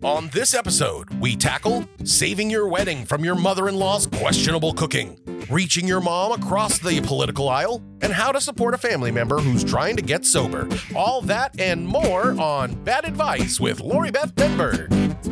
On this episode, we tackle saving your wedding from your mother in law's questionable cooking, reaching your mom across the political aisle, and how to support a family member who's trying to get sober. All that and more on Bad Advice with Lori Beth Denberg.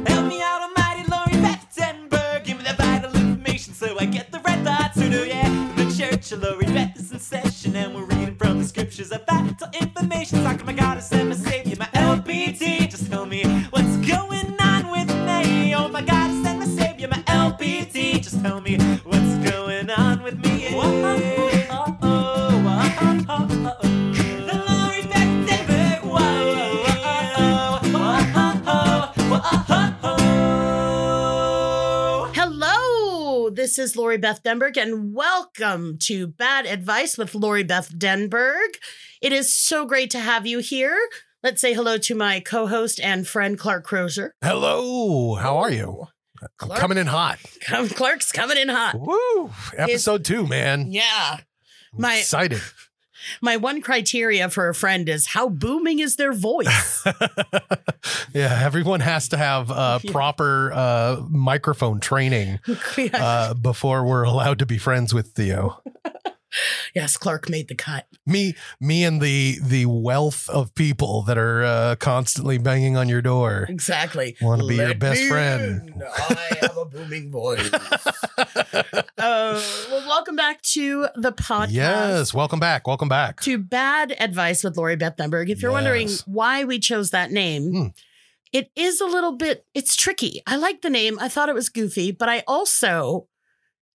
Help me out, almighty Lori Battenberg. Give me the vital information so I get the right thought sooner, yeah. The church of Lori Beth is in session, and we're reading from the scriptures of vital information. Talking my goddess and my savior, my LPT. Just tell me what's going on with me. Oh, my goddess and my savior, my LPT. Just tell me what's going on with me. Whoa, oh, oh, oh, oh, oh, oh. The Lori Battenberg Way. Hello, this is Lori Beth Denberg, and welcome to Bad Advice with Lori Beth Denberg. It is so great to have you here. Let's say hello to my co host and friend, Clark Crozer. Hello, how are you? I'm Clark. coming in hot. Come, Clark's coming in hot. Woo! Episode two, man. Yeah. My, Excited. my one criteria for a friend is how booming is their voice? yeah, everyone has to have uh, proper uh, microphone training Yeah. uh, before we're allowed to be friends with Theo. yes, Clark made the cut. me me and the the wealth of people that are uh, constantly banging on your door Exactly. want to be your Let best me friend in. I have a booming voice. uh, well, welcome back to the podcast. yes welcome back welcome back to Bad Advice with Lori Beth Denberg. If you're wondering Yes. why we chose that name, Hmm. it is a little bit, it's tricky. I like the name. I thought it was goofy, but I also,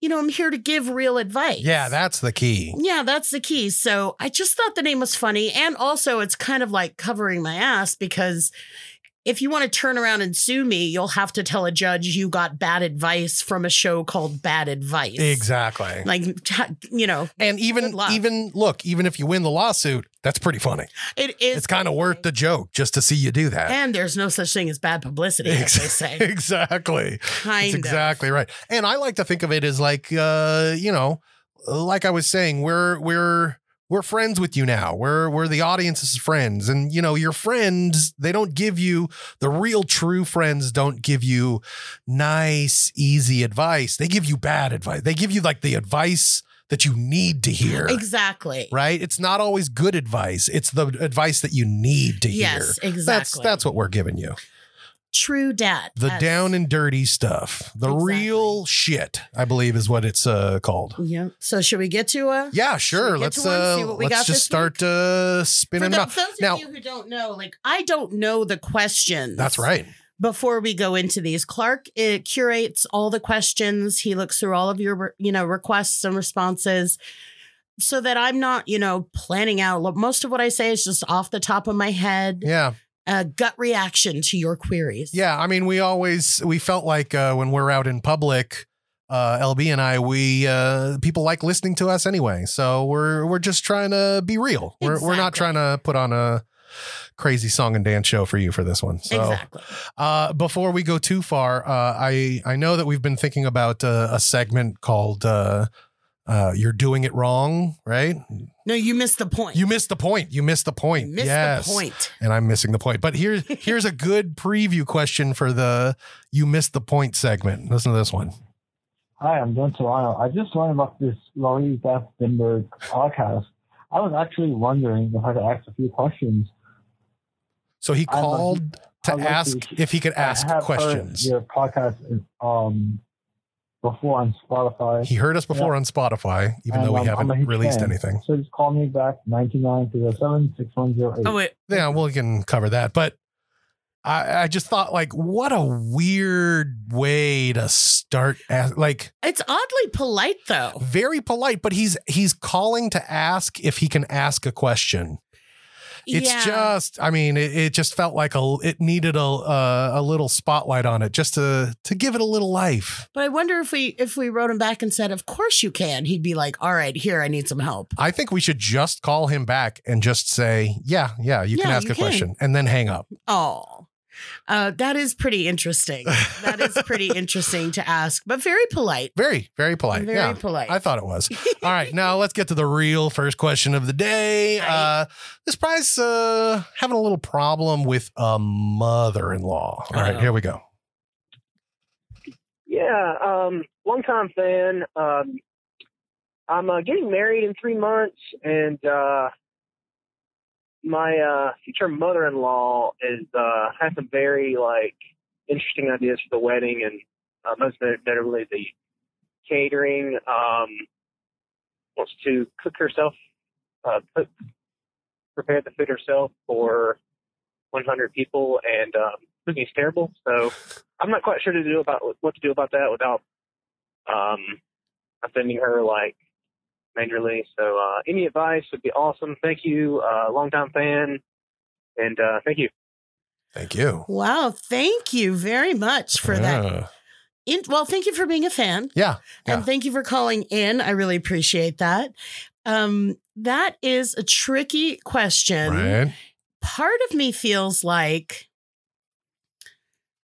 you know, I'm here to give real advice. yeah that's the key Yeah, that's the key. So I just thought the name was funny. And also, it's kind of like covering my ass because if you want to turn around and sue me, you'll have to tell a judge you got bad advice from a show called Bad Advice. exactly Like, t- you know, and Good even luck. even look even if you win the lawsuit that's pretty funny it is. it's kind of worth the joke just to see you do that And there's no such thing as bad publicity, as they say. exactly Kind That's of. exactly right. And I like to think of it as like uh, you know, like I was saying, we're we're we're friends with you now. We're we're the audience's friends. And you know, your friends, they don't give you the real true friends don't give you nice, easy advice. They give you bad advice. They give you like the advice that you need to hear. Exactly. Right? It's not always good advice. It's the advice that you need to hear. Yes, exactly. That's that's what we're giving you true dad. the That's- down and dirty stuff the Exactly. real shit i believe is what it's uh, called Yeah. So should we get to uh, a yeah sure we get let's to one, uh, see what we let's got just this start uh, for spinning the, them those out. of now you who don't know, like I don't know the questions. that's right Before we go into these, Clark it curates all the questions. He looks through all of your, you know, requests and responses, so that I'm not, you know, planning out. Look, Most of what I say is just off the top of my head, yeah a gut reaction to your queries. yeah i mean we always we felt like uh, when we're out in public uh, lb and i we uh, people like listening to us anyway so we're we're just trying to be real we're, we're not Exactly. trying to put on a crazy song and dance show for you for this one so Exactly. Uh, before we go too far, uh, I I know that we've been thinking about uh, a segment called uh, uh, "You're Doing It Wrong," right? No, you missed the point. You missed the point. You missed the point. missed yes. the point. And I'm missing the point. But here's here's a good preview question for the "You Missed the Point" segment. Listen to this one. Hi, I'm John Toronto. I just learned about this Laurie Beth Denberg podcast. I was actually wondering if I could ask a few questions. So he I'm a- called to I'm lucky. ask if he could ask I have questions. Heard your podcast um, before on Spotify. He heard us before on Spotify, even and, though we um, I'm a haven't huge released fan. anything. So just call me back 99307-6108. Oh wait, yeah, we can cover that. But I, I just thought, like, what a weird way to start. As, like, it's oddly polite though. very polite, but he's he's calling to ask if he can ask a question. It's Yeah. just, I mean, it, it just felt like a, it needed a, a a little spotlight on it just to to give it a little life. But I wonder if we if we wrote him back and said, "Of course you can," he'd be like, "All right, here, I need some help." I think we should just call him back and just say, yeah, yeah, you can Yeah, ask you a can. question and then hang up. Oh, uh, that is pretty interesting. that is pretty interesting to ask, but very polite. Very, very polite. Very yeah. polite. I thought it was. All right, now let's get to the real first question of the day. Uh, this prize uh, having a little problem with a mother-in-law. All right, Uh-oh. here we go. Yeah, um, long time fan. Um, I'm uh, getting married in three months, and uh, my uh, future mother-in-law is uh, has some very like interesting ideas for the wedding, and uh, most notably the catering. Um, wants to cook herself, uh, cook, prepare the food herself for 100 people, and um, cooking is terrible. So. I'm not quite sure to do about what to do about that without um, offending her like majorly. So uh, any advice would be awesome. Thank you, uh, longtime fan, and uh, thank you. Thank you. Wow, thank you very much for that. Yeah. In- well, thank you for being a fan. Yeah. And thank you for calling in. I really appreciate that. Um, that is a tricky question. Right. Part of me feels like,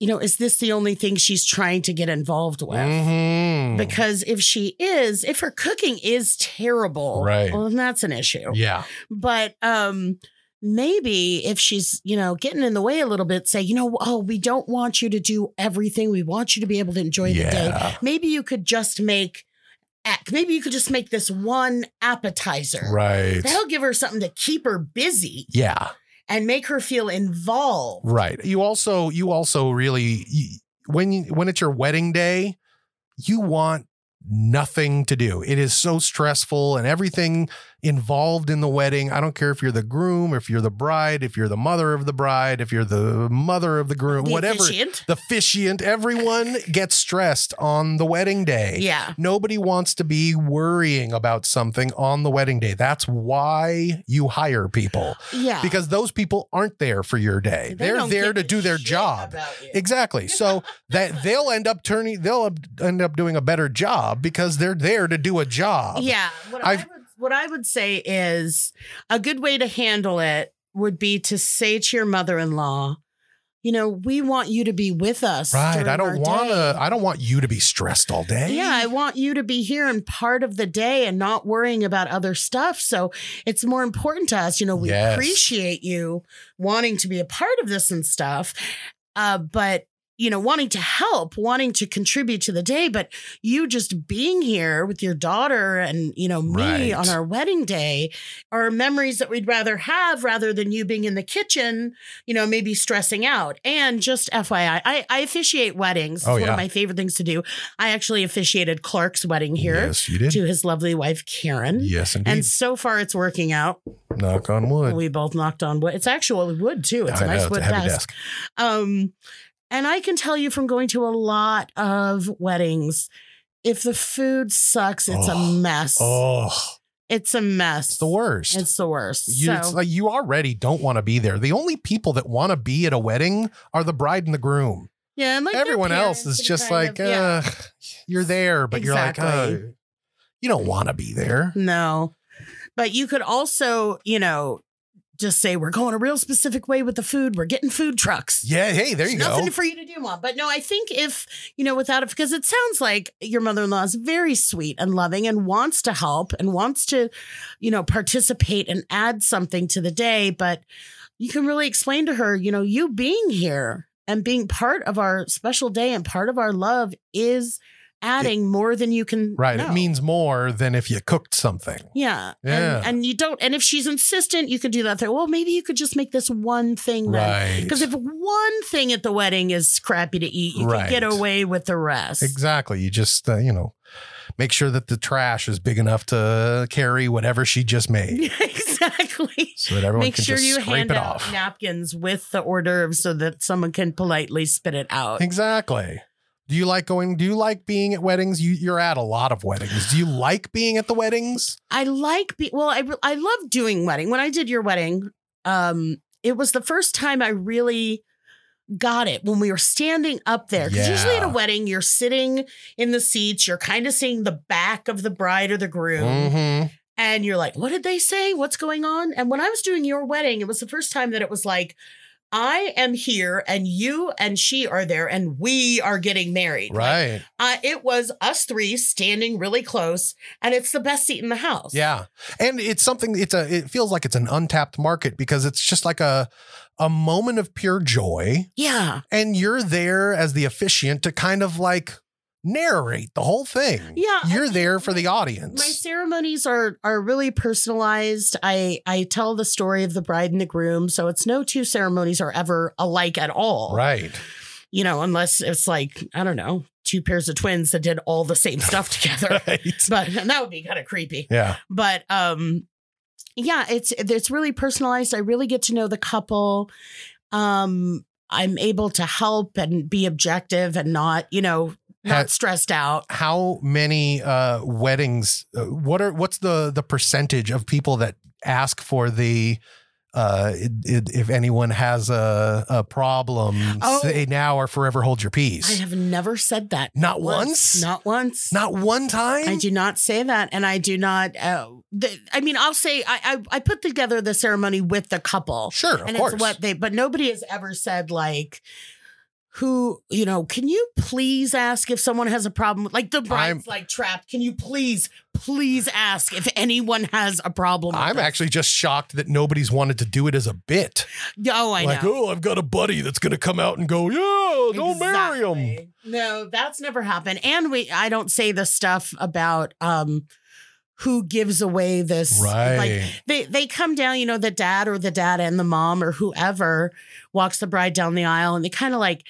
you know, is this the only thing she's trying to get involved with? Mhm. Because if she is, if her cooking is terrible, Right. well, then that's an issue. yeah. But um, maybe if she's, you know, getting in the way a little bit, say, you know, oh, we don't want you to do everything. We want you to be able to enjoy the day Yeah. maybe you could just make ac- maybe you could just make this one appetizer Right. that'll give her something to keep her busy Yeah. and make her feel involved Right. You also you also really y- when you, when it's your wedding day, you want nothing to do. It is so stressful and everything involved in the wedding. I don't care if you're the groom, if you're the bride, if you're the mother of the bride, if you're the mother of the groom, The whatever. efficient. The officiant, everyone gets stressed on the wedding day. yeah Nobody wants to be worrying about something on the wedding day. That's why you hire people yeah because those people aren't there for your day. They They are don't there give to a do their shit job. about you. Exactly. So that they'll end up turning they'll end up doing a better job because they're there to do a job. yeah what I, I've- would, what I would say is a good way to handle it would be to say to your mother-in-law you know we want you to be with us Right. during I our don't want day. to I don't want you to be stressed all day. Yeah, I want you to be here and part of the day and not worrying about other stuff. So it's more important to us. You know, we Yes. appreciate you wanting to be a part of this and stuff, uh, but you know, wanting to help, wanting to contribute to the day, but you just being here with your daughter and you know me Right. on our wedding day are memories that we'd rather have rather than you being in the kitchen, you know, maybe stressing out. And just FYI, I, I officiate weddings. It's Oh, one yeah. of my favorite things to do. I actually officiated Clark's wedding here Yes, you did. to his lovely wife, Karen. Yes, indeed. And so far, it's working out. Knock on wood. We both knocked on wood. It's actually wood, too. It's a I know, nice it's wood a heavy desk. desk. Um, and I can tell you from going to a lot of weddings, if the food sucks, it's Oh. a mess. Oh, It's a mess. it's the worst. It's the worst. you, so, it's like you already don't want to be there. The only people that want to be at a wedding are the bride and the groom. yeah, and like their everyone else is parents and just kind like, of- yeah. uh, you're there, but you're like, Exactly. uh, you don't want to be there. No. But you could also, you know, just say we're going a real specific way with the food. We're getting food trucks. Yeah. Hey, there you There's Nothing go. for you to do, mom. But no, I think if you know, without it, because it sounds like your mother-in-law is very sweet and loving and wants to help and wants to, you know, participate and add something to the day. But you can really explain to her, you know, you being here and being part of our special day and part of our love is adding more than you can. Right. know. It means more than if you cooked something. Yeah. Yeah. And, and you don't, and if she's insistent, you could do that thing. Well, maybe you could just make this one thing then. Right. Because if one thing at the wedding is crappy to eat, you Right. can get away with the rest. Exactly. You just, uh, you know, make sure that the trash is big enough to carry whatever she just made exactly. so that everyone Make can sure just you scrape hand it out off. napkins with the hors d'oeuvres so that someone can politely spit it out. Exactly. Do you like going? Do you like being at weddings? You, you're at a lot of weddings. Do you like being at the weddings? I like, be- well, I, re- I love doing wedding. When I did your wedding, um, it was the first time I really got it when we were standing up there. Because usually at a Yeah. wedding, you're sitting in the seats, you're kind of seeing the back of the bride or the groom, Mhm. and you're like, what did they say? What's going on? And when I was doing your wedding, it was the first time that it was like, I am here, and you and she are there, and we are getting married. Right. Uh, it was us three standing really close, and it's the best seat in the house. Yeah. And it's something it's a it feels like it's an untapped market because it's just like a a moment of pure joy Yeah. and you're there as the officiant to kind of like narrate the whole thing. Yeah, I You're mean, there for the My audience. ceremonies are are really personalized. I I tell the story of the bride and the groom, so it's no two ceremonies are ever alike at all. right. You know, unless it's like, I don't know, two pairs of twins that did all the same stuff together. Right. But and that would be kind of creepy. Yeah. but um yeah it's it's really personalized i really get to know the couple um i'm able to help and be objective and not you know Ha- not stressed out How many uh weddings uh, what are what's the the percentage of people that ask for the uh, it, it, if anyone has a, a problem, Oh. say now or forever hold your peace. i have never said that Not once? not once Not one time. I do not say that, and I do not. Uh, the, I mean, I'll say I, I I put together the ceremony with the couple, Sure, of and course. it's what they. But nobody has ever said like, "Who you know? Can you please ask if someone has a problem?" with-" Like the bride's I'm- like trapped. Can you please, please ask if anyone has a problem? with I'm this?" actually just shocked that nobody's wanted to do it as a bit. Oh, I like, know. oh, I've got a buddy that's going to come out and go, yeah, don't marry him. Exactly. No, that's never happened. And we I don't say the stuff about um who gives away this like Right. they they come down, you know, the dad or the dad and the mom or whoever walks the bride down the aisle and they kind of like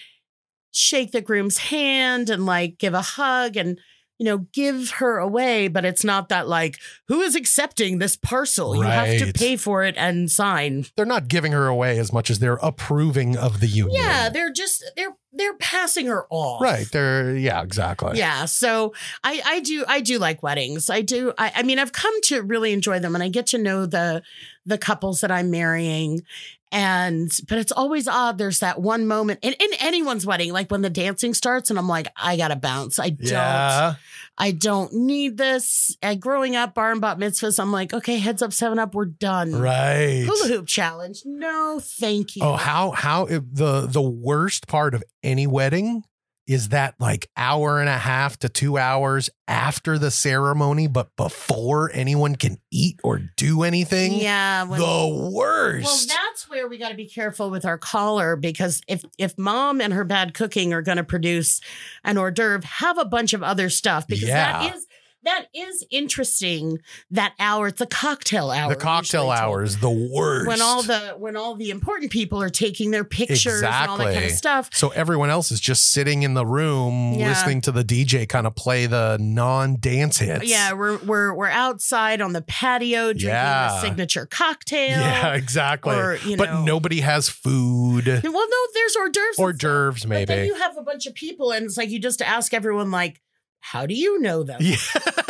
shake the groom's hand and like give a hug and you know give her away but it's not that like who is accepting this parcel you have Right. to pay for it and sign They're not giving her away as much as they're approving of the union. yeah they're just they're they're passing her off Right. They're, yeah, exactly. yeah so i i do i do like weddings i do I, I mean i've come to really enjoy them and i get to know the the couples that i'm marrying and but it's always odd there's that one moment in, in anyone's wedding like when the dancing starts and i'm like i gotta bounce i don't Yeah. i don't need this and growing up bar and bat mitzvahs i'm like okay heads up seven up we're done Right. hula hoop challenge no thank you Oh, how, how, if the, the worst part of any wedding is that like hour and a half to two hours after the ceremony, but before anyone can eat or do anything. yeah when- The worst. Well, that's where we got to be careful with our caller because if if mom and her bad cooking are going to produce an hors d'oeuvre, have a bunch of other stuff because Yeah. that is that is interesting. That hour, it's the cocktail hour. the cocktail usually, too. hour is the worst. When all the when all the important people are taking their pictures and all that kind of Exactly. stuff. so everyone else is just sitting in the room Yeah. listening to the DJ kind of play the non-dance hits. yeah, we're we're we're outside on the patio drinking Yeah. the signature cocktail. Yeah, exactly. Or, you but know- nobody has food. Well, no, there's hors d'oeuvres. Hors and stuff. d'oeuvres, But then maybe. you have a bunch of people, and it's like you just ask everyone, like, how do you know them? yeah.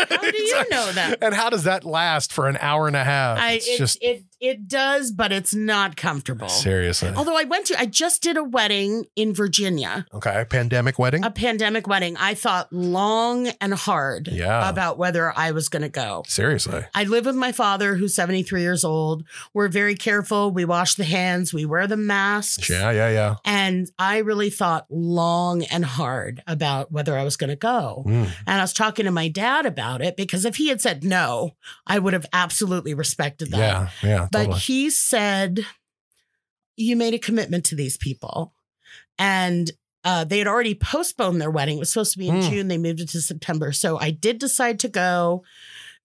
How do you know that? And how does that last for an hour and a half? I, it's it, just it it does, but it's not comfortable. seriously. Although I went to, I just did a wedding in Virginia, okay, pandemic wedding. a pandemic wedding. I thought long and hard Yeah. about whether I was going to go. seriously. I live with my father, who's seventy three years old. We're very careful. We wash the hands. We wear the masks. Yeah, yeah, yeah. And I really thought long and hard about whether I was going to go. Mm. And I was talking to my dad about it because if he had said no, I would have absolutely respected that. Yeah, yeah, But totally. he said, You made a commitment to these people. And uh, they had already postponed their wedding. It was supposed to be in Hmm. June. They moved it to September. So I did decide to go,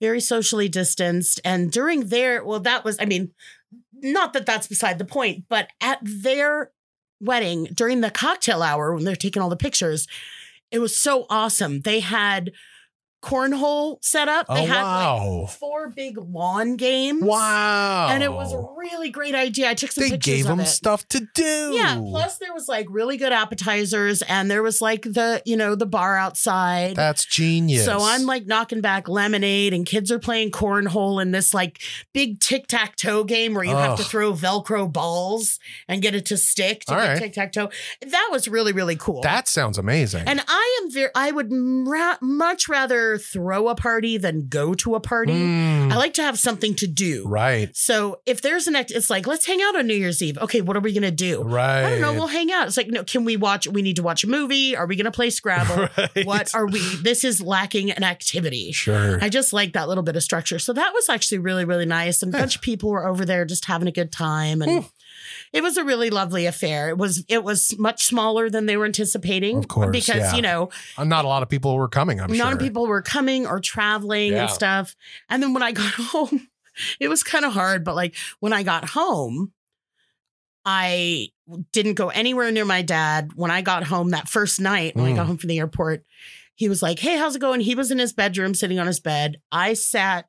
very socially distanced. And during their, well, that was, I mean, not that that's beside the point, but at their wedding, during the cocktail hour when they're taking all the pictures, it was so awesome. They had cornhole setup. They Oh, had wow. like four big lawn games. Wow. And it was a really great idea. I took Oh. some They pictures gave of them it. stuff to do. Yeah. Plus, there was like really good appetizers, and there was like the you know the bar outside. That's genius. So I'm like knocking back lemonade, and kids are playing cornhole in this like big tic tac toe game where you have to Ugh. throw Velcro balls and get it to stick to All get right. tic tac toe. That was really really cool. that sounds amazing. and I am very. I would ra- much rather throw a party than go to a party. Mm, I like to have something to do. right. So if there's an act, it's like let's hang out on New Year's Eve. Okay, what are we gonna do? Right. I don't know. We'll hang out. It's like, no, can we watch? We need to watch a movie. Are we going to play Scrabble? Right. What are we? This is lacking an activity. Sure. I just like that little bit of structure. So that was actually really, really nice. And a bunch of people were over there just having a good time. And it was a really lovely affair. It was, it was much smaller than they were anticipating. Of course, Because, yeah. you know, Not a lot of people were coming, I'm a lot sure. of people were coming or traveling Yeah. and stuff. And then when I got home, it was kind of hard, but like when I got home, I didn't go anywhere near my dad. When I got home that first night, when I Mm. got home from the airport, he was like, Hey, how's it going? He was in his bedroom sitting on his bed. I sat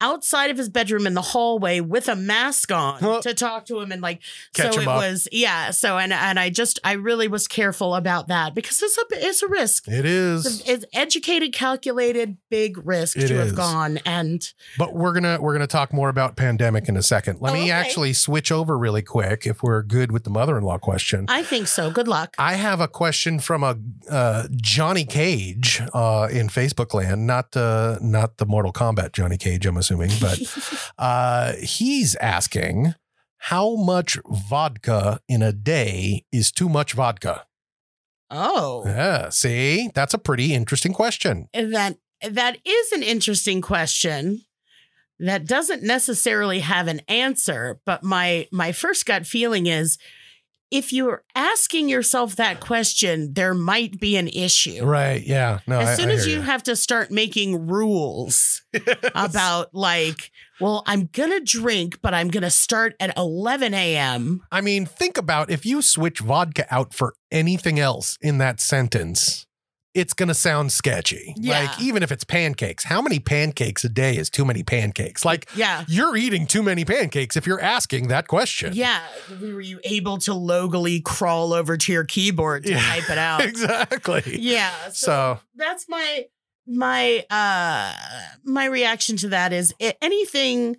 outside of his bedroom in the hallway with a mask on Huh. to talk to him and like Catch so him it up. was yeah so and and I just I really was careful about that because it's a it's a risk It it's, is. it's educated, calculated, big risk It to is. have gone. And But we're gonna we're gonna talk more about pandemic in a second. Let Oh, me okay. actually switch over really quick if we're good with the mother-in-law question. I think so. Good luck. I have a question from a uh, Johnny Cage uh, in Facebook land, not uh, not the Mortal Kombat Johnny Cage, I'm assuming, but uh, he's asking how much vodka in a day is too much vodka. oh, Yeah, see, that's a pretty interesting question. that that is an interesting question that doesn't necessarily have an answer. But my my first gut feeling is, if you're asking yourself that question, there might be an issue. Right? Yeah. No. I- As soon I as hear you have to start making rules about like, well, I'm gonna drink, but I'm gonna start at 11 a.m. I mean, think about if you switch vodka out for anything else in that sentence, it's going to sound sketchy. Yeah. Like, even if it's pancakes, how many pancakes a day is too many pancakes? Like, Yeah. you're eating too many pancakes if you're asking that question. Yeah. Were you able to locally crawl over to your keyboard to Yeah. type it out? Exactly. Yeah. So So, that's my my uh my reaction to that is i- anything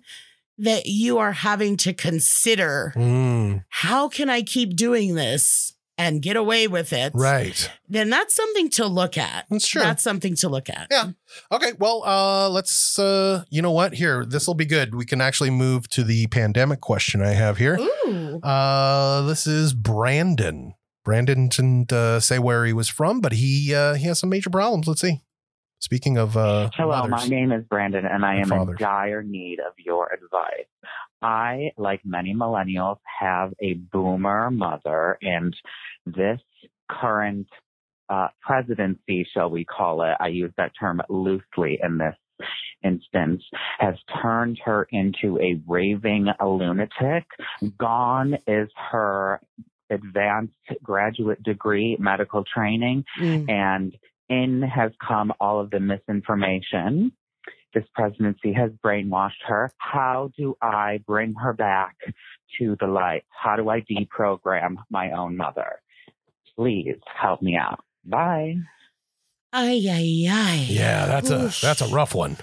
that you are having to consider mm, how can I keep doing this and get away with it? right. Then that's something to look at. That's true. That's something to look at. Yeah. Okay, well, uh, let's. Uh, you know what? Here, this will be good. We can actually move to the pandemic question I have here. Ooh. Uh, this is Brandon. Brandon didn't uh, say where he was from, but he uh, he has some major problems. Let's see. Speaking of uh, Hello, my mothers. name is Brandon, and I And am fathers. in dire need of your advice. I, like many millennials, have a boomer mother, and this current uh, presidency, shall we call it, I use that term loosely in this instance, has turned her into a raving lunatic. Gone is her advanced graduate degree, medical training Mm. and in has come all of the misinformation. This presidency has brainwashed her. How do I bring her back to the light? How do I deprogram my own mother? Please help me out. Bye. Ay, ay, ay. Yeah, that's a Oof. that's a rough one.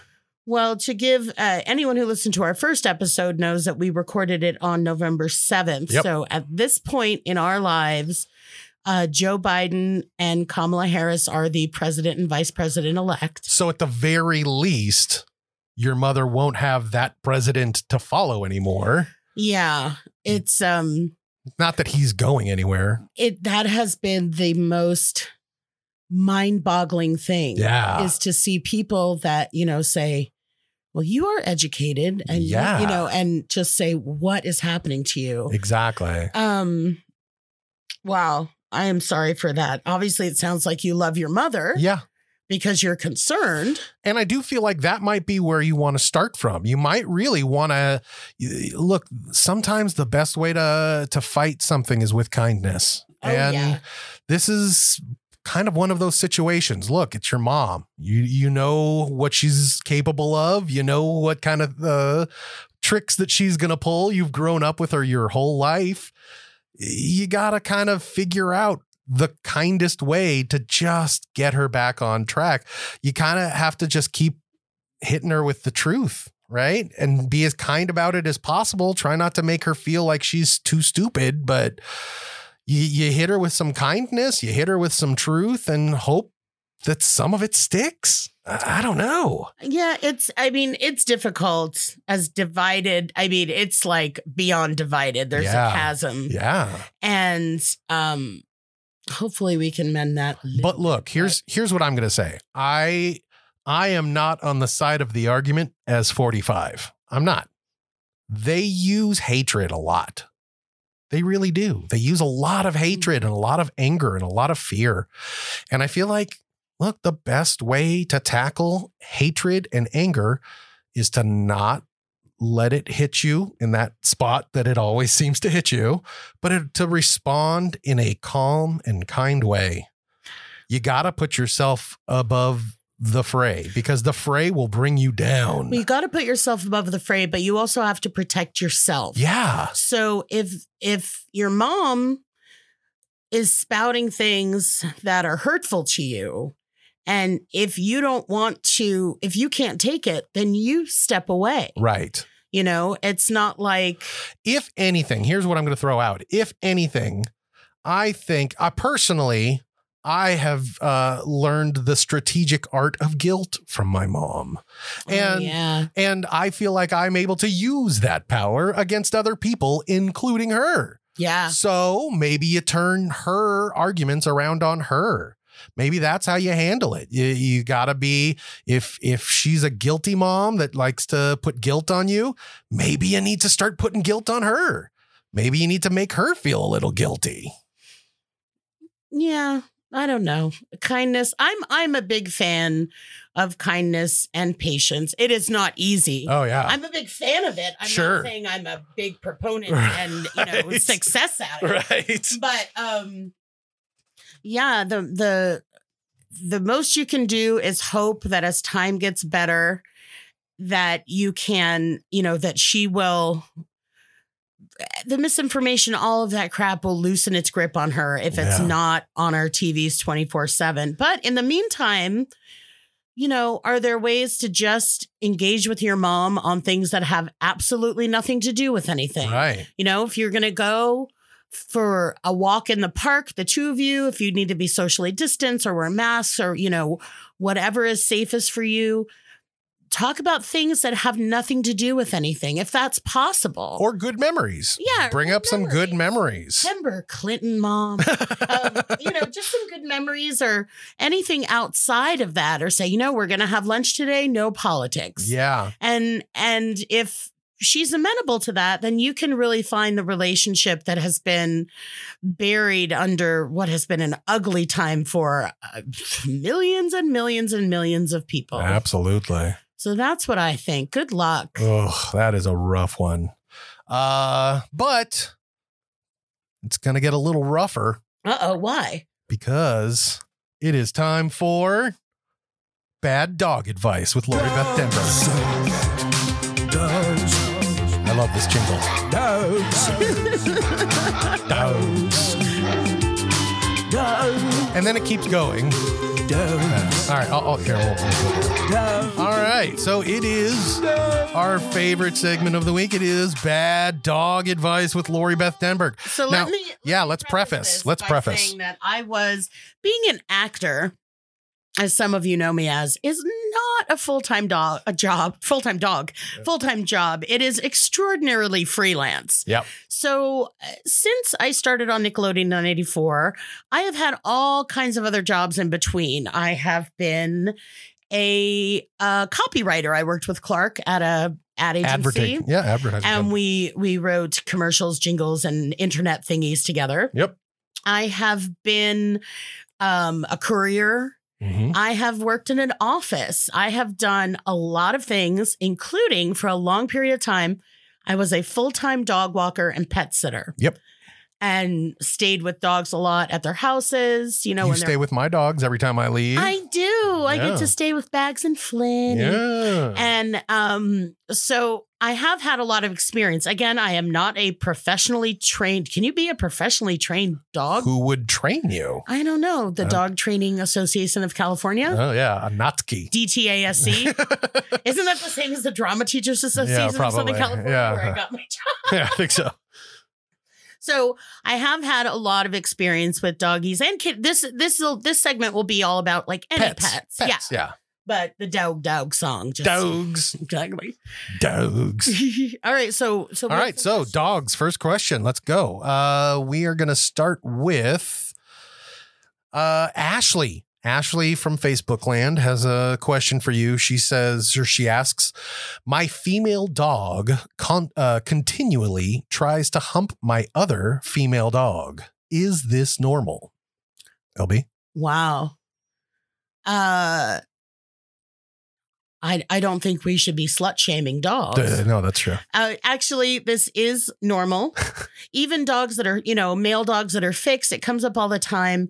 Well, to give uh, anyone who listened to our first episode knows that we recorded it on November 7th. Yep. So at this point in our lives, uh, Joe Biden and Kamala Harris are the president and vice president elect. So at the very least, your mother won't have that president to follow anymore. Yeah, it's um Not that he's going anywhere. it that has been the most mind-boggling thing Yeah. is to see people that, you know, say, "Well, you are educated and you- Yeah. you know, and just say what is happening to you." Exactly. Um wow, I am sorry for that. Obviously it sounds like you love your mother Yeah. because you're concerned. And I do feel like that might be where you want to start from. You might really want to look. Sometimes the best way to to fight something is with kindness, Oh, and yeah. this is kind of one of those situations. Look, it's your mom. You you know what she's capable of. You know what kind of uh, tricks that she's gonna pull. You've grown up with her your whole life. You gotta kind of figure out the kindest way to just get her back on track. You kind of have to just keep hitting her with the truth, right? And be as kind about it as possible. Try not to make her feel like she's too stupid, but you, you hit her with some kindness, you hit her with some truth, and hope that some of it sticks. I I don't know. Yeah, it's, I mean, it's difficult as divided. I mean, it's like beyond divided. There's Yeah. a chasm. Yeah. And um hopefully we can mend that. a little But look, bit. here's here's what I'm going to say. I I am not on the side of the argument as 45. I'm not. They use hatred a lot. They really do. They use a lot of hatred and a lot of anger and a lot of fear. And I feel like look, the best way to tackle hatred and anger is to not let it hit you in that spot that it always seems to hit you, but it, to respond in a calm and kind way you got to put yourself above the fray because the fray will bring you down. Well, you got to put yourself above the fray, but you also have to protect yourself. yeah. So if if your mom is spouting things that are hurtful to you, and if you don't want to, if you can't take it, then you step away. Right. You know, it's not like If anything, here's what I'm going to throw out. If anything, I think I personally I have uh, learned the strategic art of guilt from my mom. oh, And yeah, and I feel like I'm able to use that power against other people including her. yeah. So maybe you turn her arguments around on her. Maybe that's how you handle it. You, you gotta be if if she's a guilty mom that likes to put guilt on you, maybe you need to start putting guilt on her. Maybe you need to make her feel a little guilty. yeah i don't know kindness i'm i'm a big fan of kindness and patience it is not easy Oh yeah. i'm a big fan of it i'm Sure. not saying i'm a big proponent Right. and you know success at it right. but um yeah the the the most you can do is hope that as time gets better that you can you know that she will the misinformation all of that crap will loosen its grip on her if it's Yeah. not on our TVs 24/7 but in the meantime you know are there ways to just engage with your mom on things that have absolutely nothing to do with anything Right. you know, if you're going to go for a walk in the park, the two of you, if you need to be socially distanced or wear masks or, you know, whatever is safest for you, talk about things that have nothing to do with anything, if that's possible. Or good memories. yeah, Bring up some good memories. Remember Clinton, mom. um, you know, just some good memories or anything outside of that, or say, you know, we're going to have lunch today, no politics yeah. and and if she's amenable to that then you can really find the relationship that has been buried under what has been an ugly time for uh, millions and millions and millions of people Absolutely. so that's what i think good luck Oh, that is a rough one. Uh, but it's gonna get a little rougher uh-oh why because it is time for bad dog advice with Lori Beth Denver. I love this jingle. And then it keeps going. All right. I'll, I'll, here, we'll- we'll- All right. So it is our favorite segment of the week. It is bad dog advice with Lori Beth Denberg. so Now- let me Yeah, let's this preface. Let's by preface. saying that I was being an actor, as some of you know me as, is not a full time dog, a job, full time dog, full time job. It is extraordinarily freelance. Yep. So uh, since I started on Nickelodeon on eighty four, I have had all kinds of other jobs in between. I have been a, uh copywriter. I worked with Clark at a ad agency Advertising. Yeah, advertising. and we we wrote commercials jingles and internet thingies together Yep. i have been um a courier Mhm. i have worked in an office i have done a lot of things including for a long period of time i was a full-time dog walker and pet sitter Yep. and stayed with dogs a lot at their houses. You know, you when stay they're with my dogs every time I leave. I do. I Yeah. get to stay with Bags and Flynn. and yeah. and um, so I have had a lot of experience. Again, I am not a professionally trained. Can you be a professionally trained dog? Who would train you? I don't know. The Uh, Dog Training Association of California, Oh yeah, a Notki. DTASC. Isn't that the same as the Drama Teachers Yeah, Association of probably. Southern California, Yeah. where I got my job? yeah, I think so. So I have had a lot of experience with doggies and kid. This this this segment will be all about like any pets, yeah. Pets. Yeah. But the dog dog song, just Dogs. exactly. Dogs. all right, so so All right. So dogs. First question. Let's go. Uh, we are going to start with uh, Ashley. Ashley from Facebook Land has a question for you. She says, or she asks, "My female dog con- uh, continually tries to hump my other female dog. Is this normal?" LB. Wow. Uh I I don't think we should be slut shaming dogs. No, that's true. Uh, actually, this is normal. Even dogs that are, you know, male dogs that are fixed, it comes up all the time.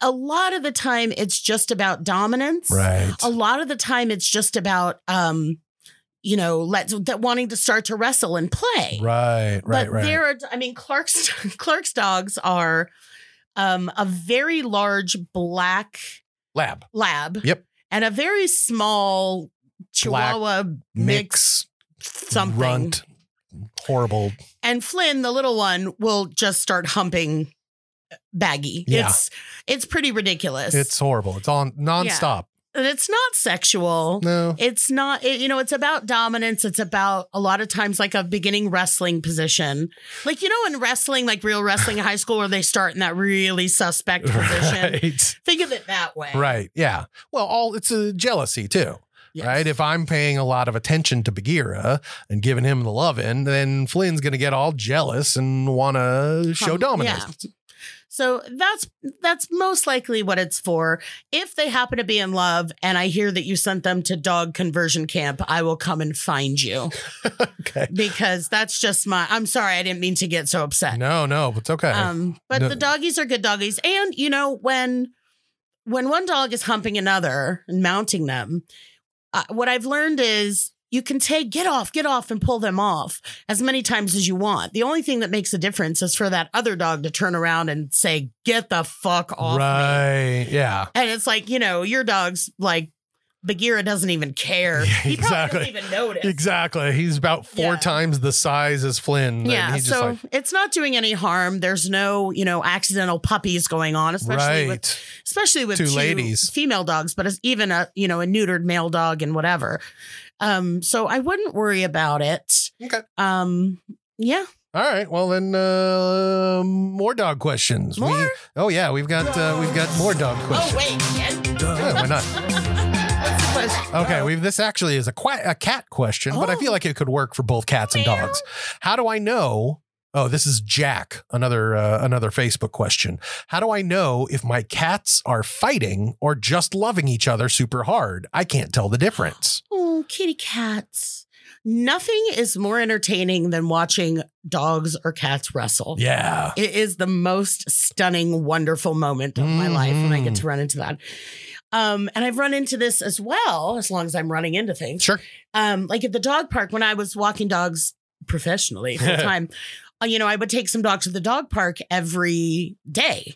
A lot of the time it's just about dominance. Right. A lot of the time it's just about um you know, let's that wanting to start to wrestle and play Right. Right. but right. there are i mean clark's clark's dogs are um a very large black Lab lab Yep. and a very small chihuahua mix, mix something runt horrible. and flynn the little one will just start humping baggy Yeah. it's it's pretty ridiculous It's horrible. It's on nonstop. and it's not sexual No. it's not it, you know it's about dominance it's about a lot of times like a beginning wrestling position like you know in wrestling like real wrestling in high school where they start in that really suspect position Right. think of it that way Right. Yeah. Well, all it's a jealousy too. Yes. Right. If I'm paying a lot of attention to Bagheera and giving him the lovin', then Flynn's gonna get all jealous and wanna show Um, dominance. yeah. so that's that's most likely what it's for if they happen to be in love and i hear that you sent them to dog conversion camp i will come and find you Okay. because that's just my i'm sorry i didn't mean to get so upset No, no, it's okay. Um, but No- the doggies are good doggies, and you know when when one dog is humping another and mounting them, uh, what I've learned is you can take get off, get off, and pull them off as many times as you want. The only thing that makes a difference is for that other dog to turn around and say, "Get the fuck off!" me." right. Yeah. And it's like you know your dog's like Bagheera doesn't even care. Yeah, he probably exactly. doesn't even notice. Exactly. He's about four Yeah. times the size as Flynn. and Yeah, he's just so like, it's not doing any harm. There's no, you know, accidental puppies going on, especially right. with especially with Two two, ladies. female dogs, but as even a you know a neutered male dog and whatever. Um, so I wouldn't worry about it. Okay. Um, yeah, All right. Well, then uh, more dog questions. We, More? oh yeah, we've got uh, we've got more dog Oh questions. wait, Ken. Yeah, why not? What's the question? Okay, we've, this actually is a, qu- a cat question, but I feel Oh. like it could work for both cats and Meow. dogs. How do I know? Oh, this is Jack. Another uh, another Facebook question. How do I know if my cats are fighting or just loving each other super hard? I can't tell the difference. Oh, kitty cats. Nothing is more entertaining than watching dogs or cats wrestle. Yeah. It is the most stunning, wonderful moment of my life when I get Mhm. to run into that. Um, and I've run into this as well, as long as I'm running into things. Sure. Um, like at the dog park when I was walking dogs professionally full time, uh, you know, I would take some dogs to the dog park every day.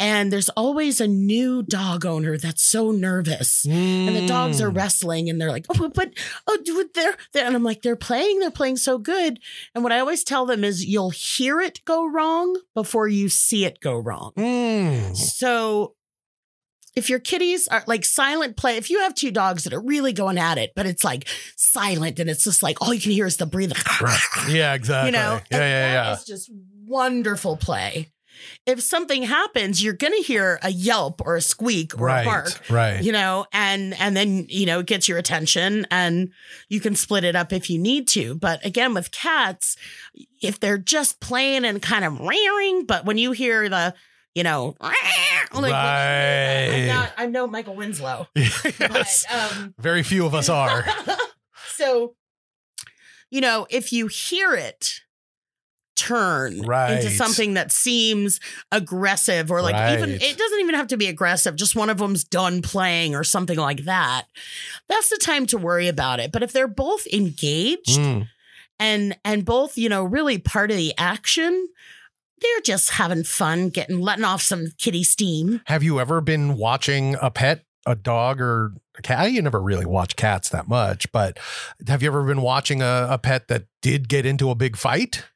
And there's always a new dog owner that's so nervous. And the dogs Mm. are wrestling and they're like, oh, but, oh, dude, they're, they're, and I'm like, they're playing, they're playing so good. And what I always tell them is you'll hear it go wrong before you see it go wrong. Mm. Mm-hmm. So if your kitties are like silent play, if you have two dogs that are really going at it, but it's like silent and it's just like all you can hear is the breathing, Yeah, exactly. you know? yeah, yeah, yeah. It's just wonderful play. If something happens, you're going to hear a yelp or a squeak or a bark. right. Right. You know, and and then you know it gets your attention, and you can split it up if you need to. But again, with cats, if they're just playing and kind of rearing, but when you hear the, you know, like when you hear that- Right. I'm not, I'm no Michael Winslow, yes. but um, Very few of us are. so you know if you hear it, turn Right. into something that seems aggressive or like even Right. it doesn't even have to be aggressive just one of them's done playing or something like that that's the time to worry about it but if they're both engaged Mm. and and both you know really part of the action they're just having fun getting letting off some kitty steam Have you ever been watching a pet, a dog, or a cat? You never really watch cats that much, but have you ever been watching a, a pet that did get into a big fight?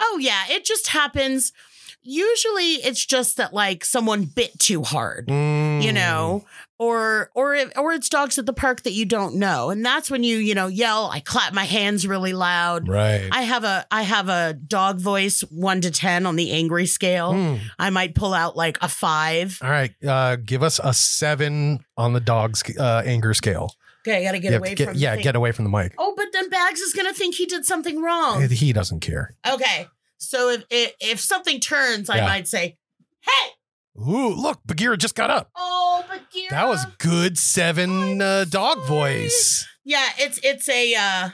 oh yeah it just happens usually it's just that like someone bit too hard you Mm. know or or if, or it's dogs at the park that you don't know and that's when you you know yell i clap my hands really loud Mm, Right. i have a i have a dog voice 1 to 10 on the angry scale Mm. i might pull out like a 5 All right. Uh, give us a seven on the dog's uh, anger scale. okay i got to get yeah, away from the yeah, thing. get away from the mic. oh but then bags is going to think he did something wrong He doesn't care. okay so if if, if something turns i Yeah. might say hey Ooh, look, Bagheera just got up. oh but Gira. That was good seven Oh, uh, dog voice. Yeah, it's it's a uh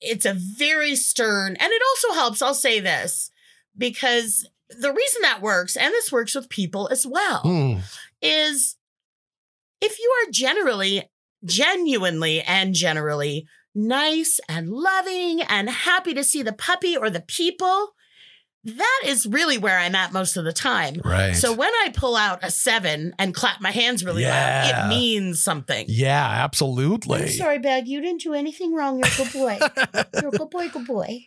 it's a very stern and it also helps, I'll say this, because the reason that works, and this works with people as well, Hmm. is if you are generally, genuinely and generally nice and loving and happy to see the puppy or the people, that is really where I'm at most of the time. Right. So when I pull out a seven and clap my hands really Yeah. loud, it means something. yeah, absolutely. I'm sorry, Bag. You didn't do anything wrong. You're a good boy. You're a good boy, good boy.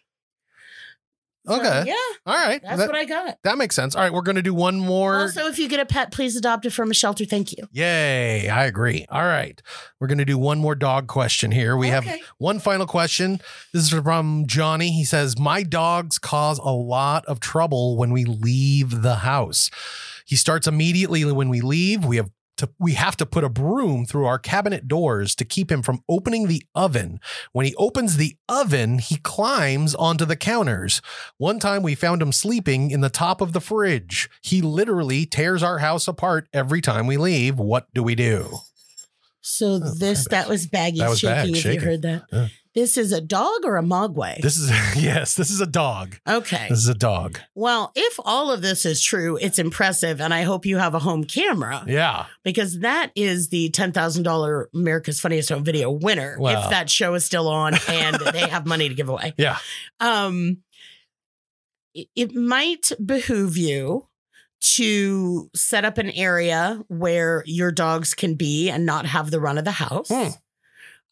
So, okay. yeah, All right. that's that, what I got. that makes sense. All right, we're going to do one more. also, if you get a pet, please adopt it from a shelter. Thank you. Yay, I agree. All right. We're going to do one more dog question here. We have Okay. one final question. This is from Johnny. He says, My dogs cause a lot of trouble when we leave the house. He starts immediately when we leave. We have to, we have to put a broom through our cabinet doors to keep him from opening the oven. When he opens the oven, he climbs onto the counters. One time we found him sleeping in the top of the fridge. He literally tears our house apart every time we leave. What do we do? So Oh, this crap. that was baggy That was shaking. Bag if shaking. you heard that, Yeah. this is a dog or a mogwai. This is yes, this is a dog. okay. This is a dog. Well, if all of this is true, it's impressive, and I hope you have a home camera Yeah. because that is the ten thousand dollar America's Funniest Home Video winner. Well. If that show is still on and they have money to give away, Yeah. um, it- it might behoove you to set up an area where your dogs can be and not have the run of the house. Hmm.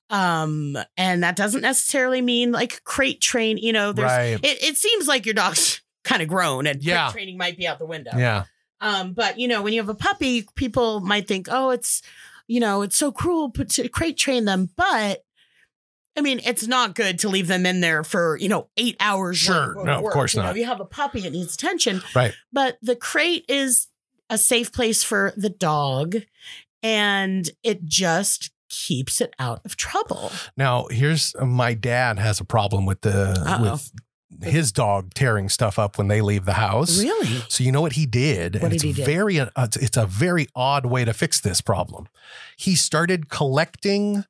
Um, and that doesn't necessarily mean like crate train, you know, there's Right. it, it seems like your dog's kind of grown and crate Yeah. training might be out the window. Yeah. Um, but you know, when you have a puppy, people might think, oh, it's you know, it's so cruel put to crate train them, but I mean, it's not good to leave them in there for, you know, eight hours. Sure. worth No, of work. course You know, not. you have a puppy, it needs attention. Right. But the crate is a safe place for the dog and it just keeps it out of trouble. Now, here's uh, my dad has a problem with the Uh-oh. with his dog tearing stuff up when they leave the house. Really? So you know what he did? What and did it's he do? very uh, it's- it's a very odd way to fix this problem. He started collecting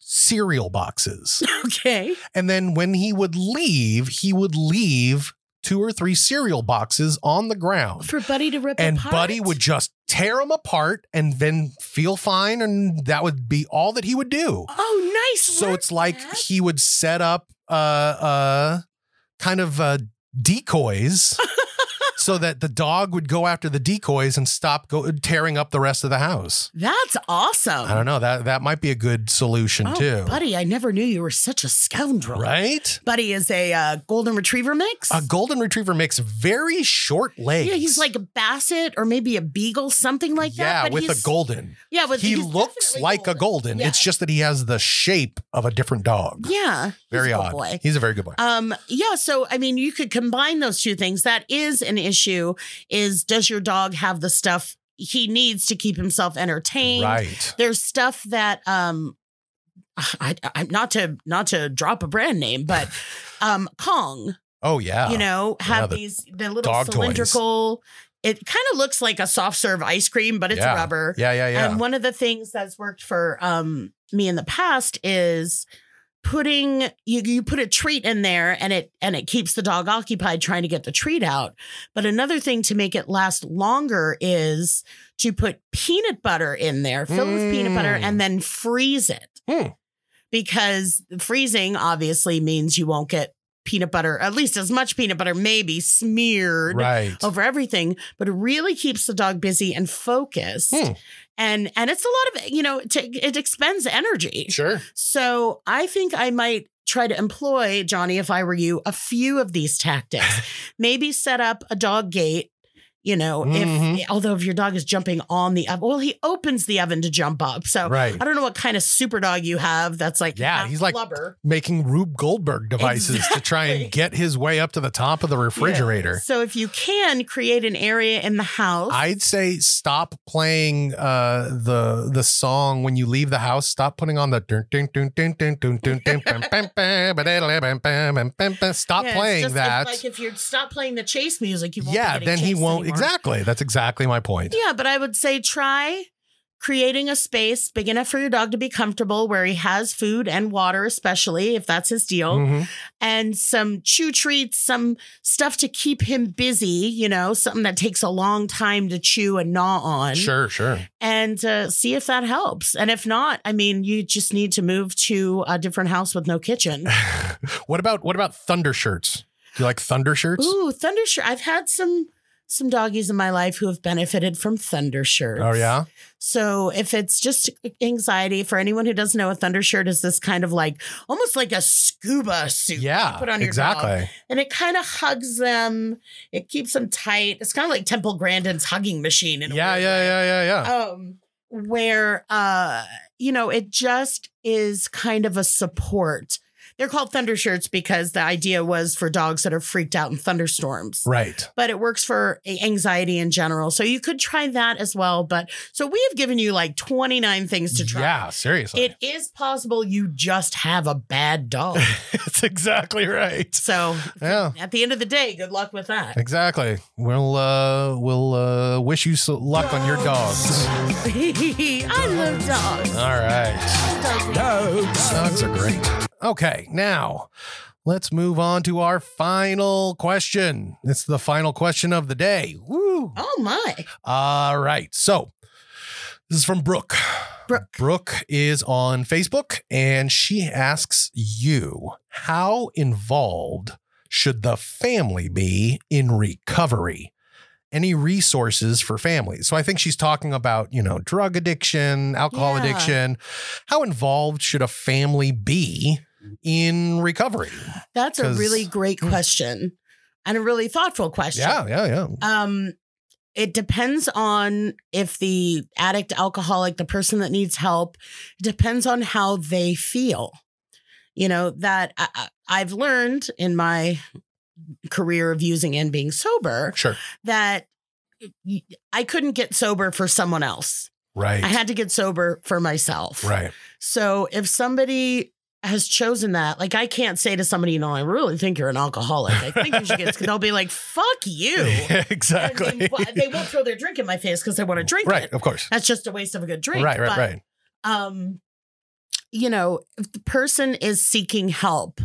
cereal boxes. Okay. and then when he would leave, he would leave two or three cereal boxes on the ground. For Buddy to rip and apart. Buddy would just tear them apart and then feel fine and that would be all that he would do. Oh, nice. So work, it's like Dad. he would set up uh uh kind of uh decoys so that the dog would go after the decoys and stop go tearing up the rest of the house. That's awesome. I don't know. That that might be a good solution too. Oh, Buddy, I never knew you were such a scoundrel. Right? Buddy is a uh, golden retriever mix. A golden retriever makes very short legs. yeah, he's like a basset or maybe a beagle, something like yeah, that. but with a he's- golden. Yeah, with he he's looks definitely like a golden. Yeah. It's just that he has the shape of a different dog. Yeah, he's very a good odd. boy. He's a very good boy. Um, yeah, so I mean, you could combine those two things. That is an issue. Is does your dog have the stuff he needs to keep himself entertained? right. there's stuff that um I, I not to not to drop a brand name, but um Kong, Oh yeah. you know, have yeah, the these the little dog toys. cylindrical it kind of looks like a soft serve ice cream, but it's yeah. rubber. Yeah, yeah, yeah. And one of the things that's worked for um me in the past is putting you you put a treat in there and it and it keeps the dog occupied trying to get the treat out. But another thing to make it last longer is to put peanut butter in there, fill it with peanut butter Mm. and then freeze it. Hmm. Because freezing obviously means you won't get peanut butter, at least as much peanut butter maybe smeared Right. over everything, but it really keeps the dog busy and focused. Hmm. And and it's a lot of you know t- it expends energy. Sure. So I think I might try to employ Johnny if I were you a few of these tactics. Maybe set up a dog gate. You know, Mhm. if although if your dog is jumping on the oven, well, he opens the oven to jump up. So Right. I don't know what kind of super dog you have. That's like Yeah, half he's like- blubber. Making Rube Goldberg devices to try Exactly. and get his way up to the top of the refrigerator. So if you can create an area in the house, I'd say stop playing uh, the the song when you leave the house. Stop putting on the dun- dun- dun- dun- dun- dun- dun- dun- bum- bum- bum- ba-da-da- bum- bum- bum- bum- bum. Stop Yeah, it's playing just if, that. like if you stop playing the chase music, you won't be Yeah, getting then he chased won't. anymore. Exactly. That's exactly my point. Yeah, but I would say try creating a space big enough for your dog to be comfortable where he has food and water, especially if that's his deal, Mhm. and some chew treats, some stuff to keep him busy, you know, something that takes a long time to chew and gnaw on. Sure, sure. And uh, see if that helps. And if not, I mean, you just need to move to a different house with no kitchen. what about what about thunder shirts? Do you like thunder shirts? Ooh, thunder shirt. I've had some some doggies in my life who have benefited from thunder shirts. Oh yeah. So if it's just anxiety for anyone who doesn't know, a thunder shirt is this kind of like almost like a scuba suit. that you Yeah. put on your dog. exactly. and it kind of hugs them. It keeps them tight. It's kind of like Temple Grandin's hugging machine. In a Yeah, yeah, weird way yeah, yeah, yeah. um where uh you know it just is kind of a support they're called thunder shirts because the idea was for dogs that are freaked out in thunderstorms right. but it works for a- anxiety in general so you could try that as well but so we have given you like 29 things to try Yeah, seriously. it is possible you just have a bad dog it's exactly right. so Yeah. at the end of the day good luck with that Exactly. We'll uh we'll uh wish you so luck on your dogs. i love dogs All right. Dogs. Dogs are great. Okay, now let's move on to our final question. It's the final question of the day. Woo! oh my All right. So this is from Brooke. brooke Brooke is on Facebook and she asks you how involved should the family be in recovery? Any resources for families? So I think she's talking about, you know, drug addiction, alcohol Yeah. addiction. How involved should a family be in recovery? That's a 'Cause- really great question and a really thoughtful question. Yeah, yeah, yeah. Um, it depends on if the addict, alcoholic, the person that needs help, it depends on how they feel. You know, that I, I- I've learned in my career of using and being sober Sure. that y- I couldn't get sober for someone else. Right. I had to get sober for myself. right. So if somebody has chosen that, like I can't say to somebody, you know, I really think you're an alcoholic. I think you should get, 'cause they'll be like, fuck you. And exactly. they, well, they won't throw their drink in my face because they want to drink right, it. of course. That's just a waste of a good drink. right, right, But, right. Um, you know, if the person is seeking help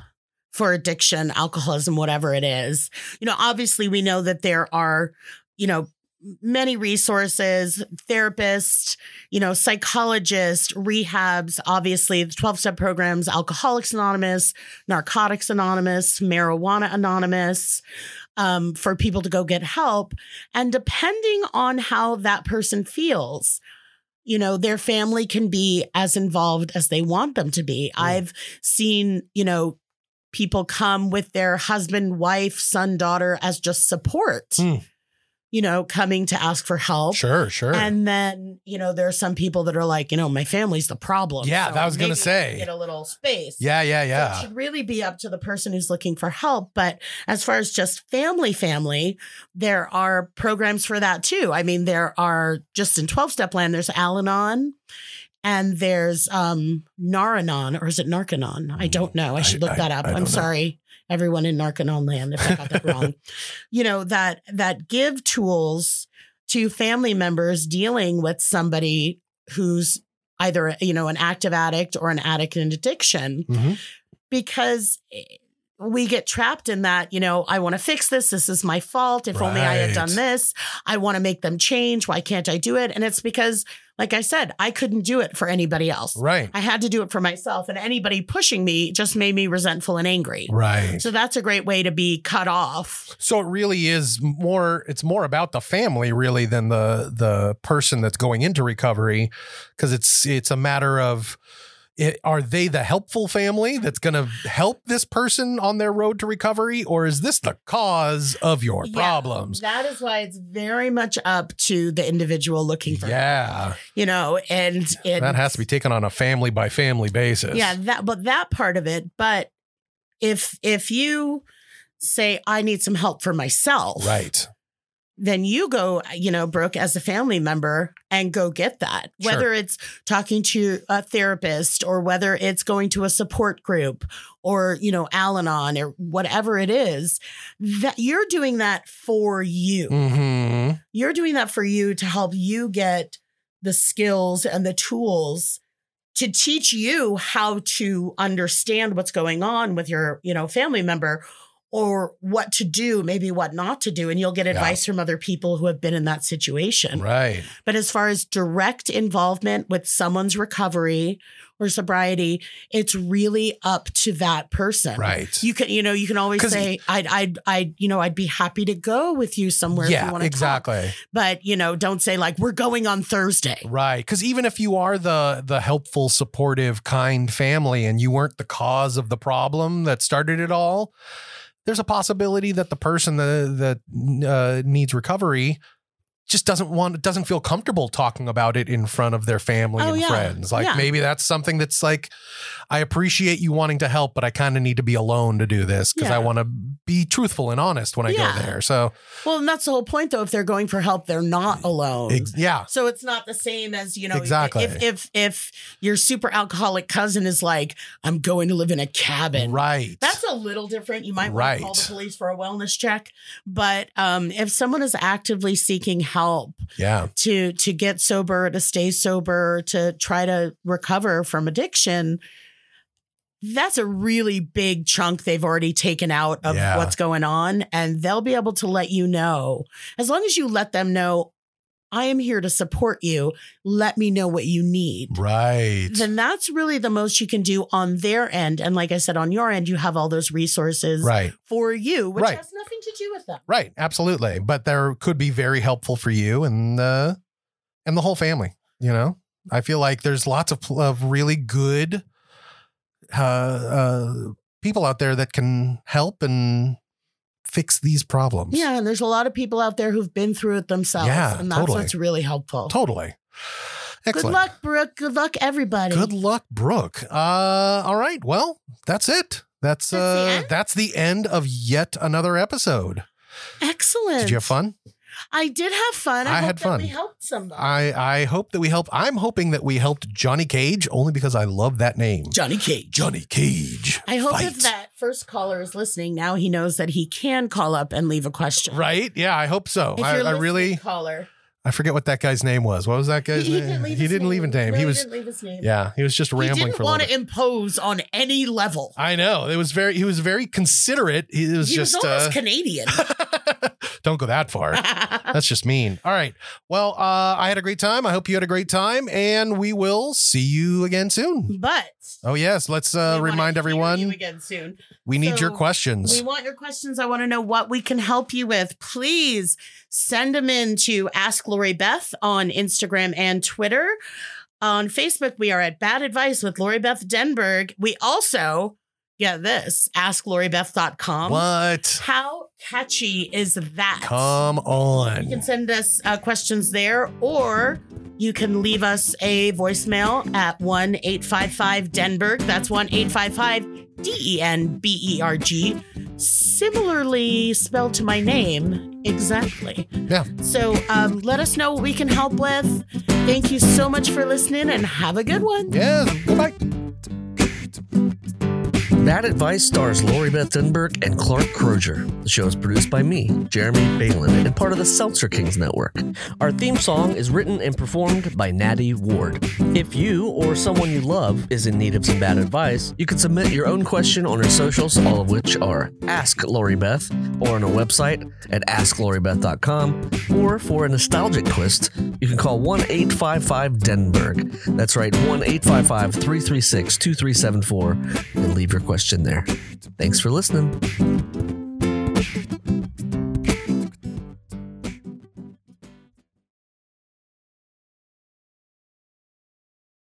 for addiction, alcoholism, whatever it is, you know, obviously we know that there are, you know, many resources, therapists, you know, psychologists, rehabs, obviously the 12 step programs, Alcoholics Anonymous, Narcotics Anonymous, Marijuana Anonymous, um, for people to go get help. And depending on how that person feels, you know, their family can be as involved as they want them to be. I've seen, you know, people come with their husband, wife, son, daughter as just support, Mm. you know, coming to ask for help. Sure, sure. oh, And then, you know, there are some people that are like, you know, my family's the problem. Yeah, that was gonna maybe I say. can Get a little space. yeah, yeah, yeah. So it should really be up to the person who's looking for help. But as far as just family, family, there are programs for that too. I mean, there are just in 12 step land, there's Al Anon and there's um, Naranon, or is it Narcanon? I don't know. I should Mm, I- look that I- up. I I, don't am know. sorry, everyone in Narcanon land, if I got that wrong. You know, that that give tools to family members dealing with somebody who's either you know an active addict or an addict in addiction Mhm. because eh, we get trapped in that, you know, I want to fix this. This is my fault. If only I had Right. done this, I want to make them change. Why can't I do it? And it's because, like I said, I couldn't do it for anybody else. Right. I had to do it for myself, and anybody pushing me just made me resentful and angry. Right. So that's a great way to be cut off. So it really is more it's more about the family really than the the person that's going into recovery because it's it's a matter of it, are they the helpful family that's going to help this person on their road to recovery or is this the cause of your Yeah, problems? That is why it's very much up to the individual looking for, Yeah. you know, and it That has to be taken on a family by family basis. yeah that but that part of it but if if you say i need some help for myself Right. then you go you know brooke as a family member and go get that Sure. whether it's talking to a therapist or whether it's going to a support group or you know al-anon or whatever it is that you're doing that for you hmm you're doing that for you to help you get the skills and the tools to teach you how to understand what's going on with your you know family member or what to do maybe what not to do and you'll get advice from other people who have been in that situation Right. but as far as direct involvement with someone's recovery or sobriety it's really up to that person Right. you can you know you can always 'Cause- say i'd i'd i'd you know i'd be happy to go with you somewhere if you yeah, want to exactly. but you know don't say like we're going on thursday Right, because even if you are the the helpful, supportive, kind family, and you weren't the cause of the problem that started it all, there's a possibility that the person that that uh, needs recovery just doesn't want doesn't feel comfortable talking about it in front of their family Oh, and yeah. friends. Like Yeah. maybe that's something that's like, I appreciate you wanting to help, but I kind of need to be alone to do this because I Yeah. want to be truthful and honest when I Yeah. go there. So well and that's the whole point though if they're going for help they're not alone ex- yeah, so it's not the same as you know Exactly. if if if your super alcoholic cousin is like i'm going to live in a cabin right. that's a little different you might want to call the Right. police for a wellness check but um if someone is actively seeking help yeah, to to get sober to stay sober to try to recover from addiction that's a really big chunk they've already taken out of Yeah. what's going on and they'll be able to let you know as long as you let them know i am here to support you let me know what you need right. then that's really the most you can do on their end and like i said on your end you have all those resources Right. for you which Right. has nothing to do with them Right, absolutely. But there could be very helpful for you and uh, and the whole family. You know, I feel like there's lots of of really good uh, uh, people out there that can help and fix these problems. Yeah, and there's a lot of people out there who've been through it themselves. Yeah, and that's totally. what's really helpful. totally. Good Excellent. luck, Brooke. Good luck, everybody. Good luck, Brooke. Uh, all right. Well, that's it. That's That's the uh, end? that's the end of yet another episode. Excellent. Did you have fun? I did have fun. I, I hope had that fun. We helped somebody. I I hope that we help. I'm hoping that we helped Johnny Cage only because I love that name. Johnny Cage. Johnny Cage. I hope Fight. if that first caller is listening, now he knows that he can call up and leave a question. Right? Yeah, I hope so. If I, you're I listening, really caller. I forget what that guy's name was. What was that He, guy's he name? didn't leave. he his didn't leave a name. No, he was didn't leave his name. yeah, he was just he rambling didn't for a want little to bit. impose on any level. I know. It was very he was very considerate. He it was he just was almost uh, Canadian. don't go that far. That's just mean. All right. Well, uh, I had a great time. I hope you had a great time, and we will see you again soon. but Oh yes, let's we uh, wanna remind hear you everyone again soon. we need your So, questions. We want your questions. I want to know what we can help you with. Please send them in to Ask Lori Beth on Instagram and Twitter. On Facebook, we are at Bad Advice with Lori Beth Denberg. We also get this askloribeth.com. What? How catchy is that? Come You can on. send us uh, questions there, or you can leave us a voicemail at 1 855 Denberg. E That's 1 855 D E N B E R G. Similarly spelled to my name, exactly. Yeah. So um, let us know what we can help with. Thank you so much for listening and have a good one. Yes. Goodbye. That Advice stars Lori Beth Denberg and Clark Crozier. The show is produced by me, Jeremy Balin, and part of the Seltzer Kings Network. Our theme song is written and performed by Natty Ward. If you or someone you love is in need of some bad advice, you can submit your own question on our socials, all of which are Ask Lori Beth, or on our website at AskLoriBeth.com, or for a nostalgic twist, you can call 1 855 Denberg. That's right, 1 855 336 2374, and leave your question there. Thanks for listening.